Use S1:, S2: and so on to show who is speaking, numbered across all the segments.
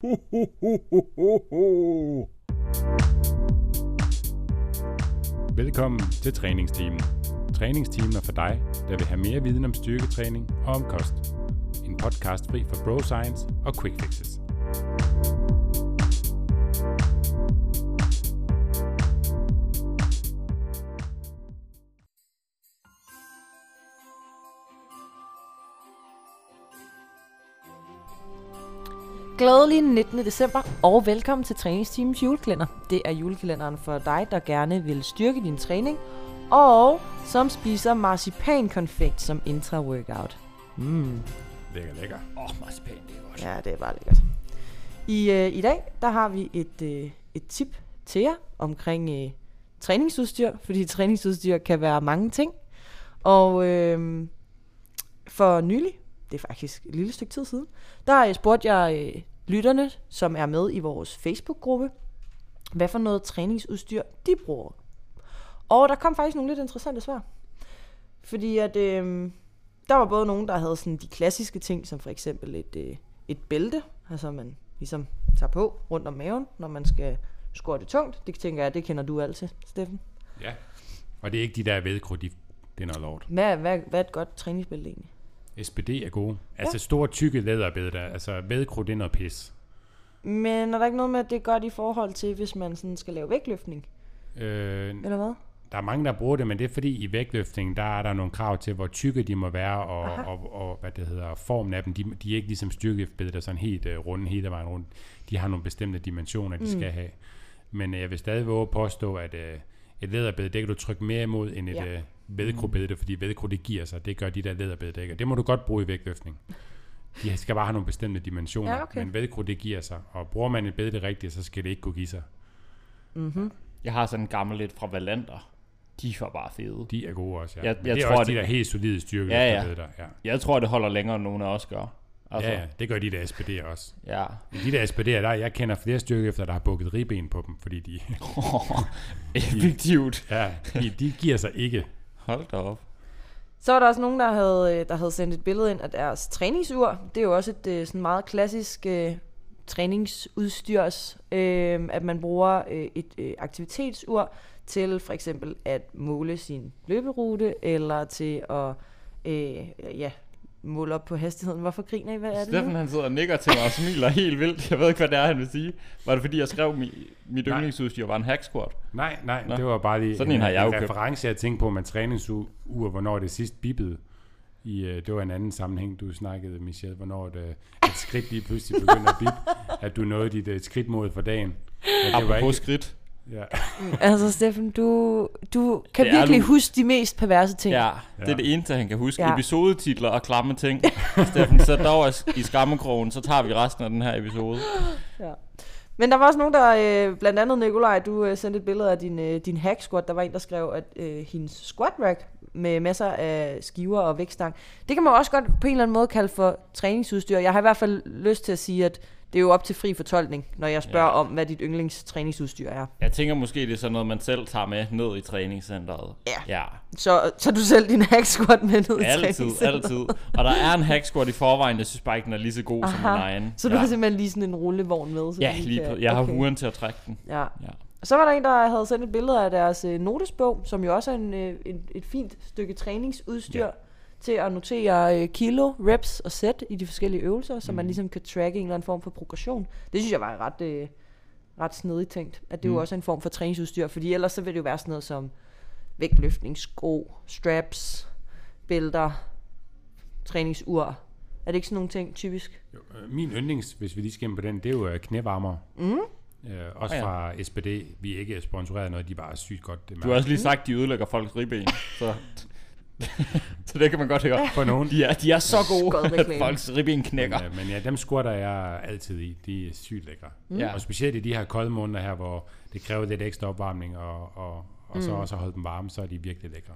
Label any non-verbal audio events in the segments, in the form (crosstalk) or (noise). S1: Ho, ho, ho, ho, ho, ho. Velkommen til træningsteamen. Træningsteamen er for dig, der vil have mere viden om styrketræning og om kost. En podcast fri for bro science og quick fixes.
S2: Glædelig 19. december, og velkommen til Træningsteamens julekalender. Det er julekalenderen for dig, der gerne vil styrke din træning, og som spiser marcipankonfekt som intra-workout. Mm.
S1: Lækker, lækker.
S3: Åh, oh, marcipan, det er godt.
S2: Ja, det er bare lækkert. I, øh, I dag, der har vi et, øh, et tip til jer omkring øh, træningsudstyr, fordi træningsudstyr kan være mange ting. Og øh, for nylig, det er faktisk et lille stykke tid siden, der øh, spurgte jeg øh, lytterne, som er med i vores Facebook-gruppe, hvad for noget træningsudstyr de bruger. Og der kom faktisk nogle lidt interessante svar. Fordi at øh, der var både nogen, der havde sådan de klassiske ting, som for eksempel et, øh, et bælte, altså man ligesom tager på rundt om maven, når man skal score det tungt. Det tænker jeg, det kender du altid, Steffen.
S1: Ja. Og det er ikke de der vedkro, de, det er noget lort.
S2: Hvad, hvad, hvad er et godt træningsbælte egentlig?
S1: SPD er gode. Altså store, tykke læderbælter. Altså vedkro, det er noget pis.
S2: Men er der ikke noget med, at det er godt i forhold til, hvis man sådan skal lave vægtløftning,
S1: Øh,
S2: eller hvad?
S1: der er mange, der bruger det, men det er fordi i vægtløftning, der er der nogle krav til, hvor tykke de må være, og, og, og hvad det hedder, formen af dem. De, de er ikke ligesom styrkeløftbede, der sådan helt uh, runde hele vejen rundt. De har nogle bestemte dimensioner, de mm. skal have. Men uh, jeg vil stadig våge at påstå, at uh, et læderbede, det kan du trykke mere imod end et
S2: Ja.
S1: ja. uh, vedkrobede, fordi vedkro, det giver sig. Det gør de der læderbede, det ikke. Og Det må du godt bruge i vægtløftning. De skal bare have nogle bestemte dimensioner,
S2: Ja, okay.
S1: men vedkro, det giver sig. Og bruger man et bede det rigtigt, så skal det ikke kunne give sig.
S3: Jeg har sådan en gammel lidt fra Valander. De var bare fede.
S1: De er gode også, ja.
S3: Jeg-
S1: Men
S3: jeg
S1: det er
S3: tror,
S1: også de
S3: det-
S1: der helt solide styrke,
S3: Ja, ja.
S1: der. Ja.
S3: Jeg tror, det holder længere, end nogen af os gør. Altså,
S1: ja, ja, det gør de der SPD'er også.
S3: ja. (laughs)
S1: De der SPD'er, der, jeg kender flere styrke efter, der har bukket ribben på dem, fordi de,
S3: Effektivt.
S1: (laughs) ja, de, de giver sig ikke.
S3: Hold da op.
S2: Så var der også nogen, der havde, øh, der havde sendt et billede ind af deres træningsur. Det er jo også et øh, sådan meget klassisk øh, træningsudstyrs, øh, at man bruger øh, et øh, aktivitetsur til for eksempel at måle sin løberute, eller til at øh, ja, måle op på hastigheden. Hvorfor griner I? Hvad er det
S3: Steffen
S2: nu?
S3: han sidder og nikker til mig og smiler helt vildt. Jeg ved ikke, hvad det er, han vil sige. Var det fordi, jeg skrev mi, mit
S1: Nej.
S3: yndlingsudstyr var en hack squat?
S1: Nej, nej, Nå.
S3: Nå.
S1: det var bare lige
S3: Sådan en har jeg jo købt.
S1: reference, jeg tænkte på med træningsur, hvornår det sidst bippede. I, øh, det var en anden sammenhæng, du snakkede, Michelle, hvornår det, et skridt lige pludselig begyndte at bip,
S3: (laughs)
S1: at du nåede dit øh, skridtmål for dagen. At det var
S3: Apropos
S1: ikke,
S3: skridt.
S1: ja.
S2: Altså Steffen, du, du kan
S3: Det er
S2: virkelig
S3: nu.
S2: huske de mest perverse ting.
S3: Ja, det er det eneste, han kan huske.
S2: Ja.
S3: Ja. Episodetitler og klamme ting. (laughs) Steffen, sæt dig over i skammekrogen, så tager vi resten af den her episode.
S2: Ja. Men der var også nogen, der, øh, blandt andet Nikolaj, du øh, sendte et billede af din, øh, din hack squat. Der var en, der skrev, at øh, hendes squat rack med masser af skiver og vægtstang, det kan man også godt på en eller anden måde kalde for træningsudstyr. Jeg har i hvert fald lyst til at sige, at det er jo op til fri fortolkning, når jeg spørger ja. om, hvad dit yndlingstræningsudstyr er.
S3: Jeg tænker måske, det er sådan noget, man selv tager med ned i træningscenteret.
S2: Ja.
S3: ja.
S2: Så, så du selv din hack squat med (laughs) ned i
S3: Altid,
S2: træningscenteret.
S3: altid. Og der er en hack squat i forvejen, jeg synes bare ikke, den er lige så god Aha. som min egen.
S2: Så du
S3: ja.
S2: har simpelthen lige sådan en rullevogn med. Så
S3: Ja,
S2: du
S3: lige
S2: kan-
S3: på. Jeg har
S2: okay.
S3: huren til at trække den.
S2: Ja.
S3: Ja.
S2: Så var der en, der havde sendt et billede af deres øh, notesbog, som jo også er en, øh, en, et fint stykke træningsudstyr
S1: Ja.
S2: ja. til at notere øh, kilo, reps og sæt i de forskellige øvelser, så man ligesom kan tracke en eller anden form for progression. Det synes jeg var ret, øh, ret snedigt tænkt, at det mm. jo også er en form for træningsudstyr, fordi ellers så vil det jo være sådan noget som vægtløftning, sko, straps, bælter, træningsur. Er det ikke sådan nogle ting typisk?
S1: Jo, øh, Min yndlings, hvis vi lige skal ind på den, det er jo øh, knævarmer. Mm. Øh, også
S3: Ah, ja.
S1: fra SPD. Vi er ikke sponsoreret af noget, de er bare sygt godt. Det
S3: Du har også lige sagt, at de ødelægger folks ribben. Så, (laughs) så det kan man godt høre.
S1: for
S3: (laughs)
S1: nogen.
S3: De er, de er så
S2: Skød
S3: gode, at
S2: reklame.
S3: folks ribben knækker.
S1: Men, øh, men ja, dem squatter jeg altid i. De er sygt lækre. Mm.
S3: Ja.
S1: Og specielt i de her kolde måneder her, hvor det kræver lidt ekstra opvarmning, og, og, og mm. så også at holde dem varme, så er de virkelig lækre.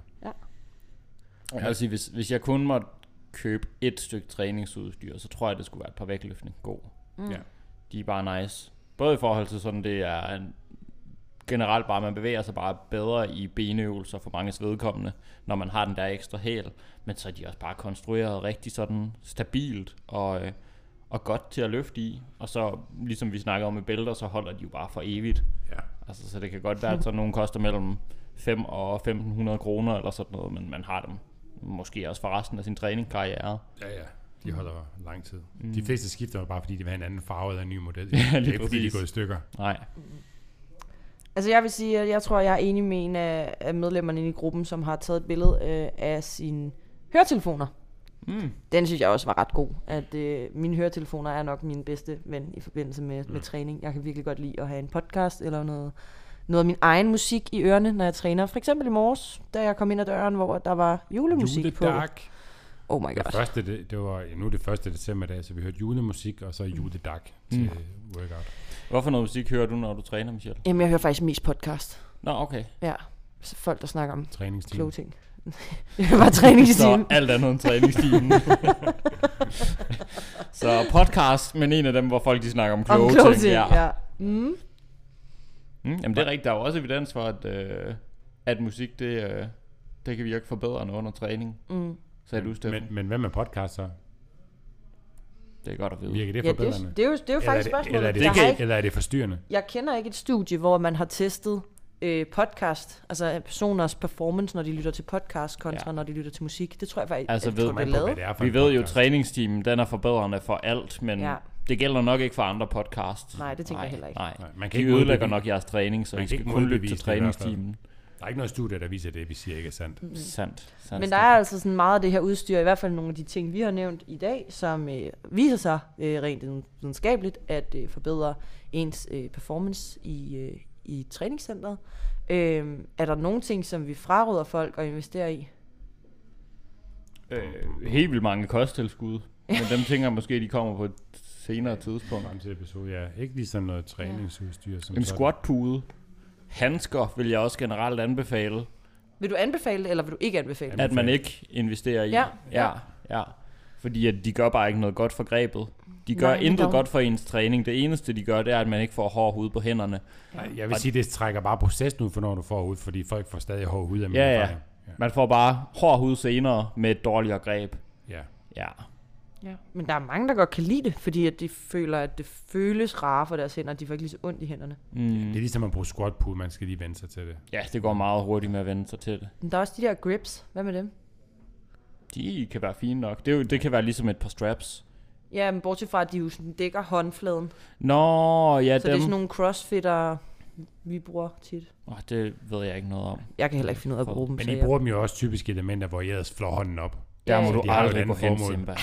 S3: Jeg vil sige, hvis, hvis jeg kun måtte købe et stykke træningsudstyr, så tror jeg, det skulle være et par vægtløftning. God.
S1: Mm. Ja.
S3: De er bare nice. Både i forhold til sådan, det er en, generelt bare, man bevæger sig bare bedre i benøvelser for manges vedkommende, når man har den der ekstra hæl. Men så er de også bare konstrueret rigtig sådan stabilt og, øh, og godt til at løfte i. Og så, ligesom vi snakker om med bælter, så holder de jo bare for evigt.
S1: Ja.
S3: Altså, så det kan godt være, at sådan nogle koster mellem 5 og 1500 kroner eller sådan noget, men man har dem måske også for resten af sin træningskarriere.
S1: Ja, ja. De holder lang tid. Mm. De fleste skifter jo bare, fordi de vil have en anden farve eller en ny model.
S3: (laughs) Ja, lige
S1: det er ikke, fordi de er
S3: præcis.
S1: gået i stykker.
S3: Nej,
S2: Altså jeg vil sige, at jeg tror, jeg er enig med en af af medlemmerne inde i gruppen, som har taget et billede øh, af sine høretelefoner.
S3: Mm.
S2: Den synes jeg også var ret god, at øh, mine høretelefoner er nok min bedste ven i forbindelse med, mm. med træning. Jeg kan virkelig godt lide at have en podcast eller noget, noget af min egen musik i ørerne, når jeg træner. For eksempel i morges, da jeg kom ind ad døren, hvor der var julemusik på.
S1: Juledag.
S2: Oh my
S1: Det
S2: god.
S1: første, det, det var, ja, nu er det første december i dag, så vi hørte julemusik, og så juledag til mm. workout.
S3: Hvorfor noget musik hører du, når du træner, Michelle?
S2: Jamen jeg hører faktisk mest podcast.
S3: Nå, okay.
S2: Ja, så folk der snakker
S1: Hmm.
S2: om kloge
S1: Træningsteam.
S2: ting. (laughs) jeg hører bare (laughs) træningstimen.
S3: Så alt andet end
S2: (laughs)
S3: træningstimen. så podcast, men en af dem, hvor folk de snakker om kloge,
S2: Om kloge ting,
S3: Ja.
S2: ja. Mm.
S3: Mm, jamen det er rigtigt, der er jo også evidens for, at, øh, at musik det, øh, det kan virke forbedrende under træning.
S2: Mm.
S3: Sagde du, Steffen?
S1: Men, men hvad med podcaster?
S3: det er godt at vide.
S1: Virker det
S2: Ja, det, er
S1: forbedrende?
S2: jo- det, er jo, det er jo
S1: eller, er
S2: faktisk
S1: det,
S2: spørgsmålet.
S1: eller, er det,
S2: jeg, har
S1: ikke,
S2: ikke,
S1: eller er det forstyrrende?
S2: jeg kender ikke et studie, hvor man har testet øh, podcast, altså personers performance, når de lytter til podcast, kontra
S3: Ja.
S2: ja. når de lytter til musik. Det tror jeg faktisk,
S3: Altså,
S2: jeg
S3: ved
S2: tror,
S1: Kommer an
S2: det
S1: på,
S2: er lavet.
S1: hvad det er for
S3: Vi
S1: en
S3: ved jo, at
S1: podcast.
S3: træningstimen den er forbedrende for alt, men ja.
S2: Ja.
S3: det gælder nok ikke for andre podcasts.
S2: Nej, det tænker jeg heller ikke.
S3: Nej.
S1: Nej, man kan
S3: De
S1: ikke
S3: ødelægger
S1: modbevise-
S3: nok jeres træning, så
S1: Man
S3: I
S1: kan
S3: skal
S1: ikke
S3: kun lytte til
S1: modbevise det i hvert fald.
S3: træningstimen.
S1: Der er ikke noget studie, der viser at det, vi siger ikke er sandt.
S2: Mm.
S3: Sandt, sandt.
S2: Men der er altså sådan meget af det her udstyr, i hvert fald nogle af de ting, vi har nævnt i dag, som øh, viser sig øh, rent videnskabeligt at øh, forbedre ens øh, performance i, øh, i træningscenteret. Øh, er der nogle ting, som vi fraråder folk at investere i?
S3: Øh, helt vildt mange kosttilskud, men dem tænker jeg måske, de kommer på et senere tidspunkt.
S1: Fremtidig episode, ja. Ikke lige sådan noget træningsudstyr. Som sådan.
S3: En squatpude, handsker vil jeg også generelt anbefale,
S2: Vil du anbefale det, eller vil du ikke anbefale det?
S1: Ja.
S3: at man ikke investerer i.
S2: Ja,
S3: ja.
S2: ja.
S3: ja. Fordi at de gør bare ikke noget godt for grebet. De gør
S2: Nej,
S3: Nej,
S2: det
S3: intet
S2: gør de.
S3: godt for ens træning. Det eneste, de gør, det er, at man ikke får hård hud på hænderne.
S1: Nej, Jeg vil sige, det trækker bare processen ud, for når du får ud, fordi folk får stadig hård hud af min
S3: Ja, ja.
S1: erfaring. ja.
S3: Man får bare hård hud senere med et dårligere greb.
S1: ja.
S3: Ja.
S2: Ja. Men der er mange, der godt kan lide det, fordi at de føler, at det føles rare for deres hænder, at de får ikke lige så ondt i hænderne.
S1: Det
S3: Mm.
S1: er ligesom at bruge squat pull, man skal lige vende sig til det.
S2: Mm.
S3: Ja, det går meget hurtigt med at vende sig til det.
S2: Men der er også de der grips. Hvad med dem?
S3: De kan være fine nok. Det, er jo, det kan være ligesom et par straps.
S2: Ja, men bortset fra, at de jo sådan dækker håndfladen.
S3: Nå, ja,
S2: Ja, så dem. det er
S3: dem.
S2: sådan nogle crossfitter, vi bruger tit.
S3: Åh, det ved jeg ikke noget om.
S2: Jeg kan heller ikke finde ud af at bruge dem.
S1: Men
S2: så
S1: I
S2: jeg-
S1: bruger dem jo også typisk i elementer, hvor I ellers flår hånden op.
S3: Der må
S2: Så
S3: du
S1: de har jo et
S3: aldrig gå
S1: andet
S3: hen,
S1: formål.
S3: Simba.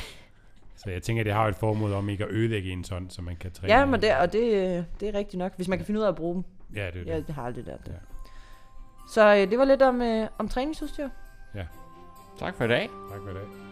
S1: Så jeg tænker, det har jo et formål om ikke at ødelægge ens hånd, så man kan træne.
S2: Ja, men det, og det, øh, det er rigtigt nok, hvis man kan finde ud af at bruge dem.
S1: Ja, det er det.
S2: Jeg har aldrig lært det.
S1: Ja.
S2: Så øh, det var lidt om, øh, om træningsudstyr.
S3: Tak for i dag.
S1: Tak for i dag.